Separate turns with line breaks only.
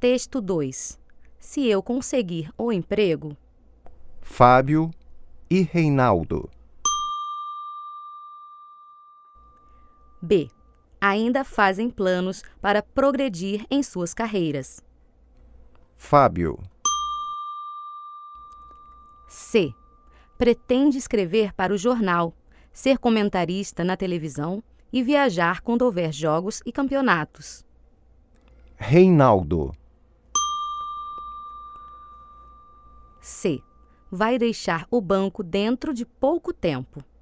Texto 2. Se eu conseguir o emprego,
Fábio e Reinaldo.
B. Ainda fazem planos para progredir em suas carreiras.
Fábio,
C. Pretende escrever para o jornal, ser comentarista na televisão e viajar quando houver jogos e campeonatos.
Reinaldo,
C. Vai deixar o banco dentro de pouco tempo.